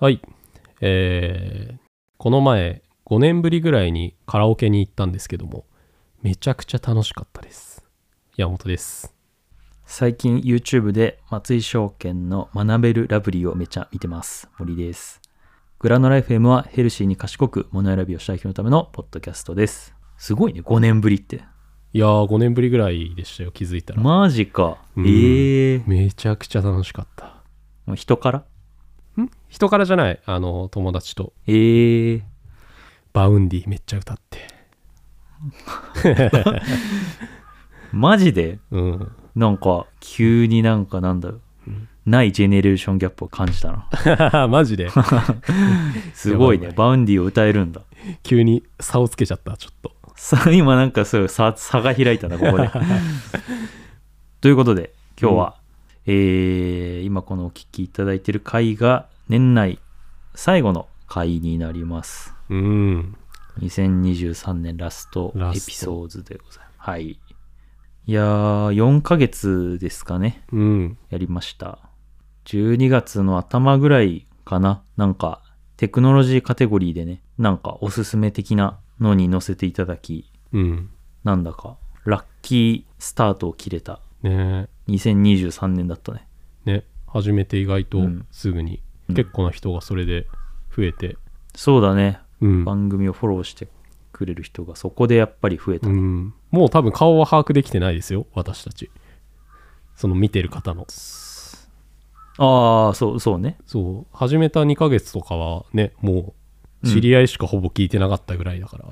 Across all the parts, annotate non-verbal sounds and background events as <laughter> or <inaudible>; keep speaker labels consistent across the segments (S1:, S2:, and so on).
S1: はい。えーこの前、5年ぶりぐらいにカラオケに行ったんですけども、めちゃくちゃ楽しかったです。山本です。
S2: 最近 YouTube で松井証券の学べるラブリーをめちゃ見てます。森です。グラノラ FM はヘルシーに賢く物選びをしたい人のためのポッドキャストです。すごいね、5年ぶりって。
S1: いやー、5年ぶりぐらいでしたよ、気づいたら。
S2: マジか。
S1: うん
S2: ええー。
S1: めちゃくちゃ楽しかった。
S2: もう人から
S1: ん人からじゃない、あの、友達と、
S2: ええー。
S1: バウンディめっちゃ歌って。
S2: マジで
S1: うん。 <laughs>
S2: なんか、急になんかなんだろう。ないジェネレーションギャップを感じた
S1: <laughs>
S2: な。
S1: マジ
S2: <laughs>
S1: で、
S2: すごい
S1: や
S2: ね。
S1: ば
S2: バウンディを歌えるんだ。
S1: 急に差をつけちゃった、ちょっと。
S2: さ <laughs> 今なんかそう差差が開いたなここ
S1: <laughs>
S2: で。ということで今日は、えー今このお聞きいただいている回が年内最後の回になります。
S1: うん。
S2: 2023年ラスト
S1: ラ
S2: エ
S1: スト
S2: ピソードでございます。はい。いやー、4ヶ月ですかね。
S1: うん。
S2: やりました。12月の頭ぐらいかな。なんか、テクノロジーカテゴリーでね、なんかおすすめ的なのに載せていただき、
S1: うん。
S2: なんだか、ラッキースタートを切れた
S1: ねえ。
S2: 2023年だったね。
S1: ね始めて意外と
S2: うん
S1: すぐに、
S2: うん
S1: 結構な人がそれで増えて
S2: そうだね。
S1: うん、
S2: 番組をフォローしてくれる人がそこでやっぱり増えた。
S1: うんもう多分顔は把握できてないですよ私たちその見てる方の
S2: ああ、そう、そうね。
S1: そう始めた2ヶ月とかはねもう知り合いしかほぼ聞いてなかったぐらいだから、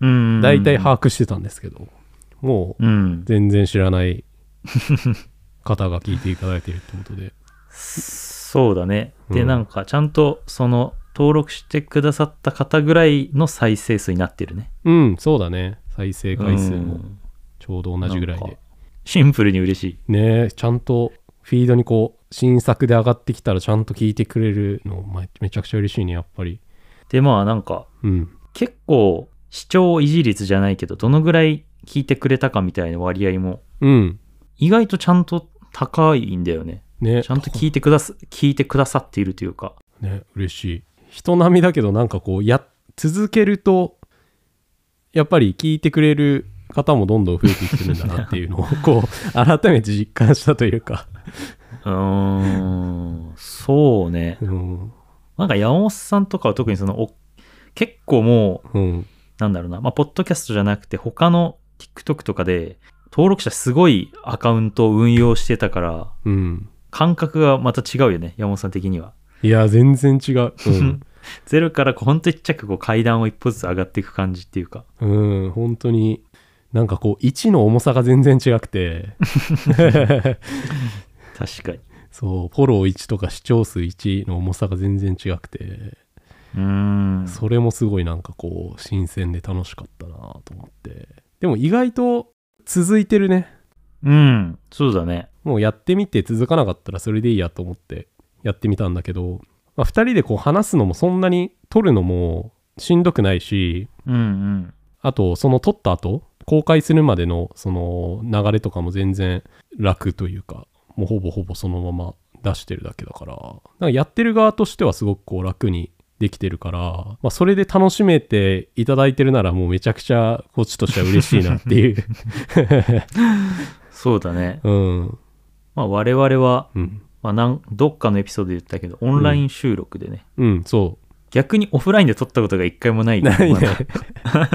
S2: うん。
S1: 大体把握してたんですけどもう
S2: うん。
S1: 全然知らない
S2: <laughs>
S1: 方が聞いていただいてるってことで
S2: そうだね。
S1: う
S2: で、
S1: ん
S2: なんか、ちゃんとその、登録してくださった方ぐらいの再生数になってるね。
S1: うんそうだね再生回数も
S2: うん
S1: ちょうど同じぐらい
S2: なん
S1: で
S2: かシンプルに嬉しい。
S1: ねえちゃんとフィードにこう新作で上がってきたらちゃんと聞いてくれるのまめちゃくちゃ嬉しいねやっぱり
S2: で、まあなんか、
S1: うん
S2: 結構、視聴維持率じゃないけど、どのぐらい聞いてくれたかみたいな割合も、
S1: うん
S2: 意外とちゃんと高いんだよね。
S1: ね
S2: ちゃんと聞いてくだす、聞いてくださっているというか。
S1: ね嬉しい人並みだけどなんかこうや続けるとやっぱり聞いてくれる方もどんどん増えていってるんだなっていうのをこ
S2: <laughs>
S1: う改めて実感したというか、
S2: うーん、そうね。
S1: うん
S2: なんか山本さんとかは特にその、お結構もう、
S1: うん、
S2: なんだろうな、まあ、ポッドキャストじゃなくて、他の TikTok とかで、登録者すごいアカウントを運用してたから、
S1: うん、
S2: 感覚がまた違うよね、山本さん的には。
S1: いや全然違う、
S2: ゼロからこうほんとちっちゃくこう階段を一歩ずつ上がっていく感じっていうか。 <laughs>
S1: うん、うん、本当になんかこう1の重さが全然違く
S2: <laughs>
S1: て <laughs>
S2: 確かに。
S1: そう、フォロー1とか視聴数1の重さが全然違くて、
S2: うーん。
S1: それもすごいなんかこう、新鮮で楽しかったなと思って。でも意外と続いてるね。
S2: うん。そうだね。
S1: もうやってみて続かなかったらそれでいいやと思ってやってみたんだけど、まあ、2人でこう話すのもそんなに撮るのもしんどくないし、
S2: うんうん。
S1: あとその撮った後、公開するまでのその流れとかも全然楽というか、もうほぼほぼそのまま出してるだけだから、なんかやってる側としてはすごくこう楽にできてるから、まあ、それで楽しめていただいてるならもうめちゃくちゃこっちとしては嬉しいなって
S2: <laughs>
S1: いう。
S2: そうだね。
S1: うん。
S2: まあ我々は、
S1: うん。
S2: まあなん、どっかのエピソードで言ったけど、オンライン収録でね。
S1: うん、そ。。
S2: 逆にオフラインで撮ったことが一回 <laughs> もないう
S1: ない
S2: ま
S1: ね
S2: だ。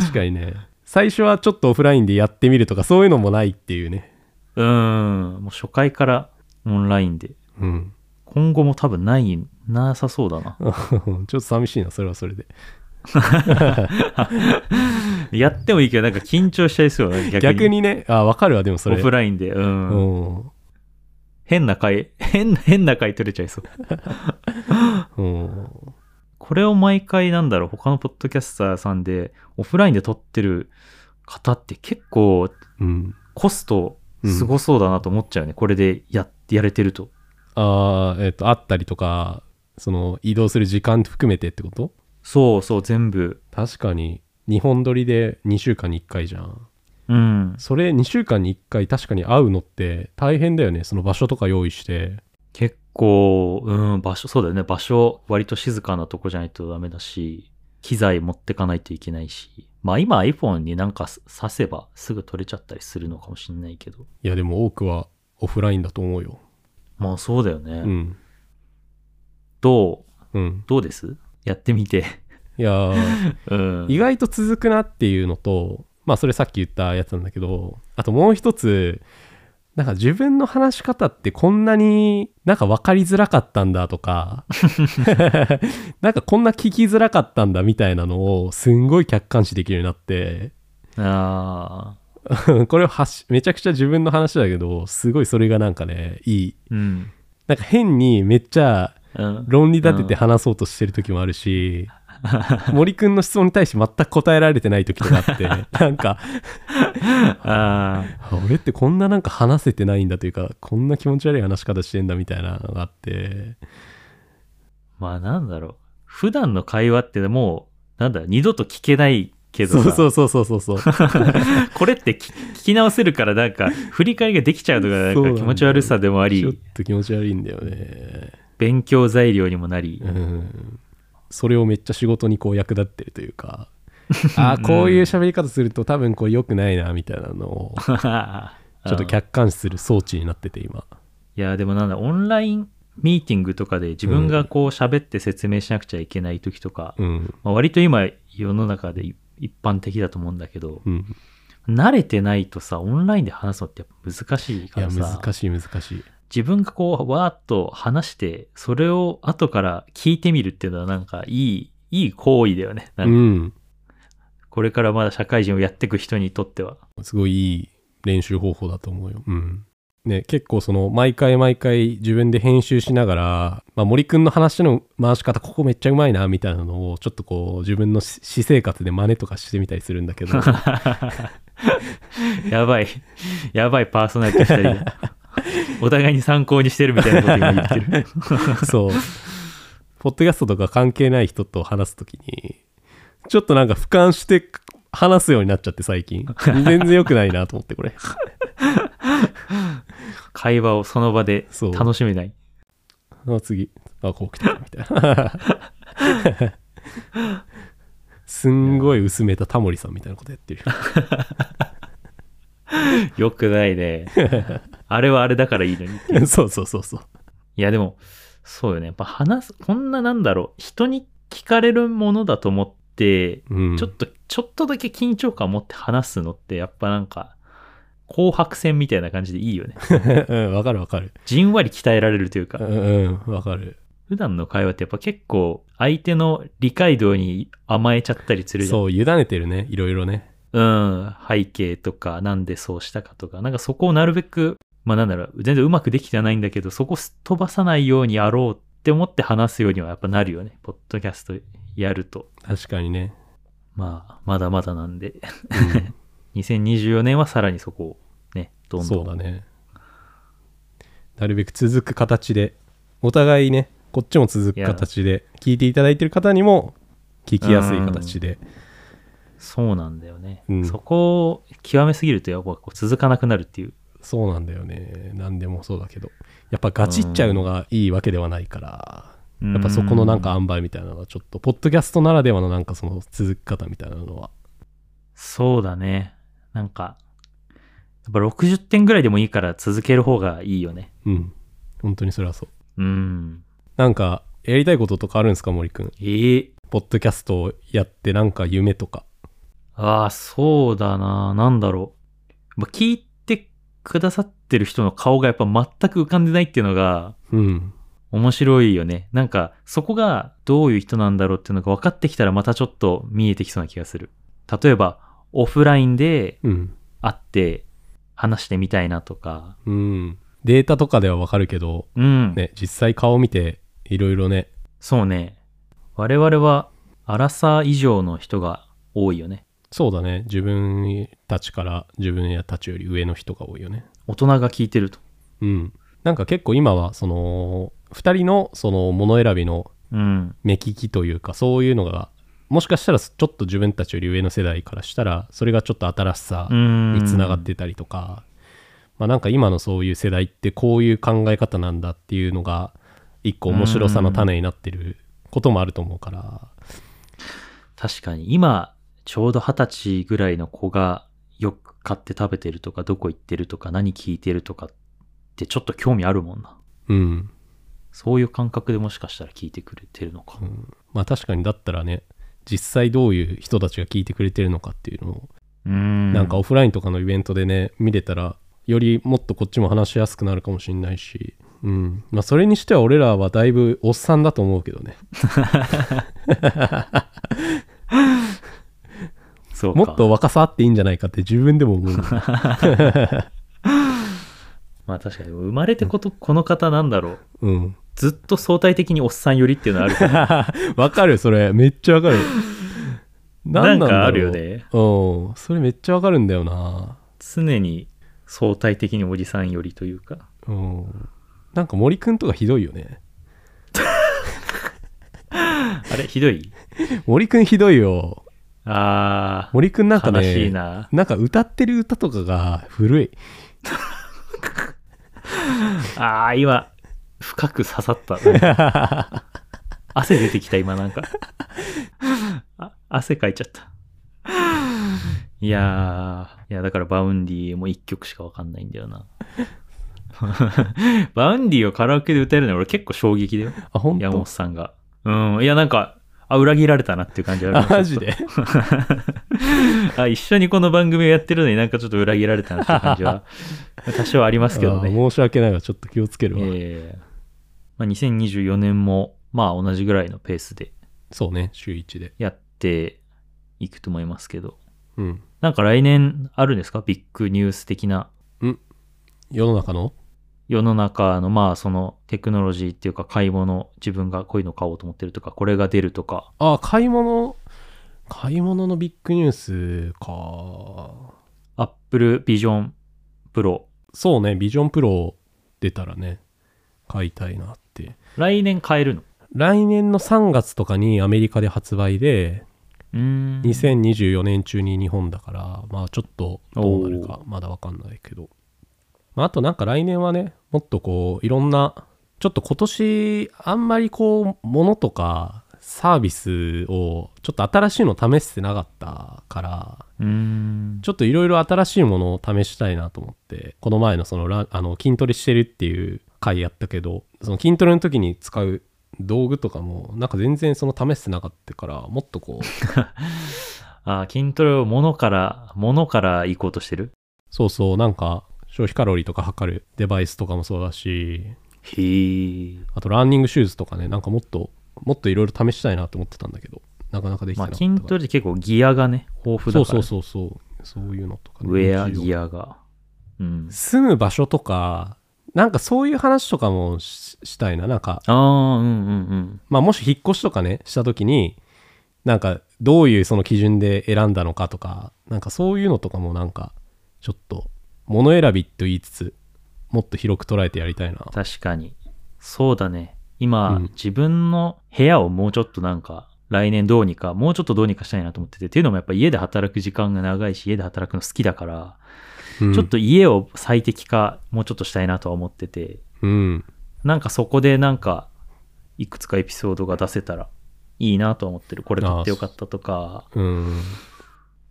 S1: 確かにね。最初はちょっとオフラインでやってみるとかそういうのもないっていうね。
S2: うーん。もう初回からオンラインで。
S1: うん。 <laughs>
S2: 今後も多分ない、なさそうだな。
S1: ちょっと寂しいな、それはそれで。
S2: やってもいいけど、なんか緊張しちゃいそうだね。逆に。
S1: 逆にね、あ、わかるわ、でもそ
S2: オ
S1: れ。
S2: フラインで。うん。
S1: うん。
S2: 変な回、 <laughs> 変な、変な回取れちゃいそう。
S1: うん。
S2: これを毎回なんだろう、他のポッドキャスターさんで、オフラインで撮ってる方って結構
S1: うん。
S2: コストすごそうだなと思っちゃうね。これでややれてると。
S1: ああ、えっ、と、あったりとか、その、移動する時間含めてってこと
S2: そうそう、全部。
S1: 確かに、2本撮りで2週間に1回じゃん。
S2: うん。
S1: それ、2週間に1回確かに会うのって大変だよね。その場所とか用意して。
S2: 結構、うん、場所、そうだよね。場所、割と静かなとこじゃないとダメだし、機材持ってかないといけないし。まあ今 iPhone になんか挿せばすぐ取れちゃったりするのかもしんないけど。
S1: いや、でも多くはオフラインだと思うよ。
S2: まあそうだよね。
S1: うん。
S2: どう、
S1: うん。
S2: どうですやってみて。
S1: いやー
S2: <laughs> うん。
S1: 意外と続くなっていうのと、まあそれさっき言ったやつなんだけど、あともう一つ、なんか自分の話し方ってこんなになんか分かりづらかったんだと
S2: <laughs>
S1: か、なんかこんな聞きづらかったんだみたいなのをすんごい客観視できるようになって、 <laughs>
S2: ああ。
S1: これをはしめちゃくちゃ自分の話だけど、すごいそれがなんかね、いい。
S2: うん。
S1: なんか変にめっちゃ
S2: <laughs> うん。
S1: 論理立てて話そうとしてる時もあるし、森くんの質問に対して全く答えられてない時とかあって <laughs> なんか
S2: あ
S1: あ俺ってこんななんか話せてないんだというかこんな気持ち悪い話し方してんだみたいなのがあって
S2: まあなんだろう。普段の会話ってもう、なんだろう、二度と聞けないけ
S1: そ
S2: ど
S1: う
S2: さ
S1: そうそうそうそう <laughs> そう
S2: これって聞聞き直せるからな
S1: <laughs>
S2: んか、振り返りができちゃうのがなん
S1: そうな
S2: か
S1: んだ
S2: 気
S1: よ
S2: 持ち悪さでもあ
S1: ちょっ
S2: り、
S1: と気持ち悪いんだよね
S2: 勉強材料にもなり
S1: <laughs> う、んそれをめっちゃ仕事にこう役立ってるという <laughs> かあーこういう喋り方すると多分これ良くないなみたいなのを
S2: <laughs> ちょ
S1: ちょっと客観視する装置になってて今
S2: いや、でもなんだ、オンラインミーティングとかで自分がこう喋って説明しなくちゃいけない時とか、
S1: うん
S2: まあ、割と今世の中でい一般的だと思うんだけど、
S1: うん
S2: 慣れてないとさ、オンラインで話すのってやっぱ難しい
S1: い
S2: か
S1: や
S2: らさ、
S1: 難しい難しい
S2: 自分がこう、わーっと話して、それを後から聞いてみるっていうのはなんかいい、いい行為だよね。なん
S1: う
S2: か
S1: ん
S2: これからまだ社会人をやっていく人にとっては。
S1: すごいいい練習方法だと思うよ。うん。ね、結構その毎回毎回自分で編集しながら、まあ、森くんの話の回し方ここめっちゃうまいなみたいなのをちょっとこう自分のし私生活で真似とかしてみたりするんだけど
S2: やばい。やばいパーソナリティ2
S1: <laughs>
S2: 人が。お互いに参考にしてるみたいなこと今言ってる。
S1: <laughs> そうポッドキャストとか関係ない人と話す時にちょっとなんか俯瞰して話すようになっちゃって最近全然良くないなと思ってこれ
S2: 会話をその場で
S1: そう
S2: 楽しめない。
S1: あ次あこう来たみたいな <laughs> すんごい薄めたタモリさんみたいなことやってるよ
S2: よくないね。あれはあれだからいいのに。 <laughs>
S1: そうそうそうそう
S2: いやでも、そうよね。やっぱ話す、こんななんだろう。人に聞かれるものだと思って、
S1: うん
S2: ちょっと、ちょっとだけ緊張感を持って話すのって、やっぱなんか、紅白戦みたいな感じでいいよね。
S1: うんわかるわかる
S2: じんわり鍛えられるというか
S1: う。んうんわかる
S2: 普段の会話ってやっぱ結構相手の理解度に甘えちゃったりするじゃん。
S1: そう委ねてるねいろいろね
S2: うん。背景とか、なんでそうしたかとか、なんかそこをなるべく、まあなんだろう、全然うまくできてはないんだけど、そこすっ飛ばさないようにやろうって思って話すようにはやっぱなるよね。ポッドキャストやると。
S1: 確かにね、
S2: まあ、まだまだなんで。 <laughs>
S1: うん
S2: 2024年はさらにそこをね、どんどん。
S1: そうだねなるべく続く形でお互いねこっちも続く形で聞いていただいてる方にも聞きやすい形で
S2: そうなんだよね。
S1: うん
S2: そこを極めすぎるとやっぱこう続かなくなるっていう。
S1: そうなんだよね何でもそうだけどやっぱガチっちゃうのがいいわけではないから、やっぱそこのなんか
S2: う
S1: 塩梅みたいなのがちょっとポッドキャストならではのなんかその続き方みたいなのは
S2: そうだね。なんか、やっぱ60点ぐらいでもいいから続ける方がいいよね。
S1: うん本当にそれはそう
S2: うん。
S1: なんかやりたいこととかあるんですか森くん
S2: ええ
S1: ポッドキャストをやってなんか夢とか
S2: ああ、そうだな。なんだろう。まあ、聞いてくださってる人の顔がやっぱ全く浮かんでないっていうのが
S1: うん
S2: 面白いよね。なんか、そこがどういう人なんだろうっていうのが分かってきたらまたちょっと見えてきそうな気がする。例えば、オフラインで
S1: うん
S2: 会って話してみたいなとか。
S1: うんデータとかではわかるけど
S2: うん。
S1: ね実際顔見ていろいろね
S2: そうね。我々は、アラサー以上の人が多いよね。
S1: そうだね自分たちから自分やたちより上の人が多いよね
S2: 大人が聞いてると。
S1: うん、なんか結構今はその2人のその物選びの
S2: うん。
S1: 目利きというかそういうのがもしかしたらちょっと自分たちより上の世代からしたらそれがちょっと新しさ
S2: うん。
S1: につながってたりとか、まあ、なんか今のそういう世代ってこういう考え方なんだっていうのが一個面白さの種になってることもあると思うから、
S2: 確かに今ちょうど二十歳ぐらいの子がよく買って食べてるとかどこ行ってるとか何聞いてるとかってちょっと興味あるもんな
S1: うん。
S2: そういう感覚でもしかしたら聞いてくれてるのか、
S1: うんまあ確かにだったらね、実際どういう人たちが聞いてくれてるのかっていうのを、
S2: うん
S1: なんかオフラインとかのイベントでね、見れたら、よりもっとこっちも話しやすくなるかもしれないし、うん。まあそれにしては俺らはだいぶおっさんだと思うけどね。
S2: そうか
S1: もっと若さあっていいんじゃないかって自分でも思う。
S2: <laughs> まあ確かに生まれてこと、この方なんだろう
S1: うん。
S2: ずっと相対的におっさん寄りっていうのはあ
S1: <laughs>
S2: るから
S1: わかるそれめっちゃわかる。
S2: なん
S1: だろう
S2: かあるよ。ね
S1: うん。それめっちゃわかるんだよな。
S2: 常に相対的におじさん寄りというか
S1: うん。なんか森くんとかひどいよね。
S2: あれひどい
S1: 森くんひどいよ。
S2: あー
S1: 森くんなんかね、
S2: 悲しいな
S1: なんか歌ってる歌とかが古
S2: <laughs>
S1: い。
S2: あー今深く刺さったなんか汗出てきた今なんかあ汗かいちゃったいやーいやだからバウンディも1曲しかわかんないんだよな <laughs> バウンディをカラオケで歌えるのは俺結構衝撃だよ
S1: あ、ほん
S2: 山本
S1: と
S2: さんが。うん。いや、なんか、あ、裏切られたなっていう感じある
S1: <laughs> あ、マジで。
S2: あ、一緒にこの番組をやってるのになんかちょっと裏切られたなっていう感
S1: <laughs>
S2: じは、多少ありますけど
S1: あ
S2: ね。
S1: 申し訳ないが、ちょっと気をつけるわ。
S2: ええまあ、2024年も、まあ同じぐらいのペースで
S1: そうね、週1で。
S2: やっていくと思いますけど。
S1: うん。
S2: なんか来年あるんですかビッグニュース的な。
S1: 世の中の
S2: 世の中の、まあそのテクノロジーっていうか買い物、自分がこういうの買おうと思ってるとか、これが出るとか。
S1: あ、買い物、買い物のビッグニュースか。
S2: Apple Vision Pro
S1: そうね、ビジョンプロ出たらね、買いたいなって。
S2: 来年買えるの
S1: 来年の3月とかにアメリカで発売で、
S2: うーん
S1: 2024年中に日本だから、まあちょっとどうなるかまだわかんないけど、まあ、あとなんか来年はねもっとこういろんなちょっと今年あんまりこうものとかサービスをちょっと新しいの試してなかったから
S2: うーん
S1: ちょっといろいろ新しいものを試したいなと思ってこの前のそのラあの筋トレしてるっていう回やったけどその筋トレの時に使う道具とかもなんか全然その試してなかったからもっとこう
S2: あー筋トレを物から物から行こうとしてる
S1: そうそう、なんか消費カロリーとか測るデバイスとかもそうだし、
S2: へえ
S1: あとランニングシューズとかね、なんかもっと、もっといろいろ試したいなと思ってたんだけど、なかなかできて
S2: ま
S1: な
S2: あ
S1: かった
S2: 筋トレって結構ギアがね豊
S1: そ
S2: 富だ
S1: う
S2: か
S1: そ
S2: ら
S1: うそうそう、そういうのとか、
S2: ウェアギ
S1: ア。
S2: アがうん
S1: 住む場所とか、なんかそういう話とかもししたいな。なんか、
S2: ああうんうんうん
S1: まあもし引っ越しとかね、した時に、なんかどういうその基準で選んだのかとか、なんかそういうのとかもなんか、ちょっと、物選びと言いつつ、もっと広く捉えてやりたいな。
S2: 確かにそうだね今、
S1: うん
S2: 自分の部屋をもうちょっとなんか来年どうにかもうちょっとどうにかしたいなと思っててっていうのもやっぱ家で働く時間が長いし家で働くの好きだから、
S1: うん
S2: ちょっと家を最適化もうちょっとしたいなとは思ってて
S1: うん。
S2: なんかそこでなんか、いくつかエピソードが出せたらいいなとは思ってる。これ買ってよかったとか、
S1: うん。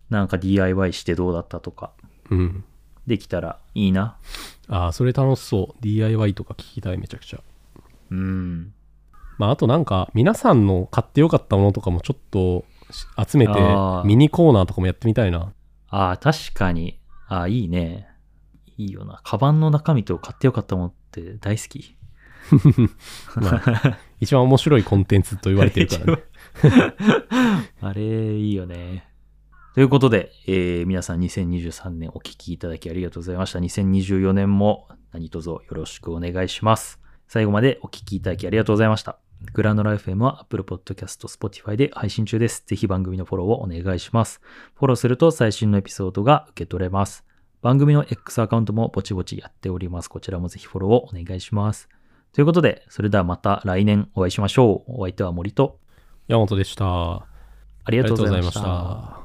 S2: なんか DIY してどうだったとか、
S1: うん。
S2: できたらいいな。
S1: ああ、それ楽しそう。DIY とか聞きたい、めちゃくちゃ。
S2: うん。
S1: まあ、あとなんか、皆さんの買ってよかったものとかもちょっとし集めて
S2: あー、
S1: ミニコーナーとかもやってみたい <laughs> な。
S2: ああ、確かに。ああ、いいね。いいよな。カバンの中身と買ってよかったものって大好き。
S1: まあ一番面白いコンテンツと言われてる <laughs> からね。
S2: <laughs> あれ、いいよね。ということで、えー皆さん2023年お聞きいただきありがとうございました。2024年も何卒よろしくお願いします。最後までお聞きいただきありがとうございました。グラノラ FM は Apple Podcast、Spotify で配信中です。ぜひ番組のフォローをお願いします。フォローすると最新のエピソードが受け取れます。番組の X アカウントもぼちぼちやっております。こちらもぜひフォローをお願いします。ということで、それではまた来年お会いしましょう。お相手は森と
S1: 山本でした。あ
S2: あり
S1: り
S2: がとうございまし
S1: がとうござい
S2: た
S1: ま。した。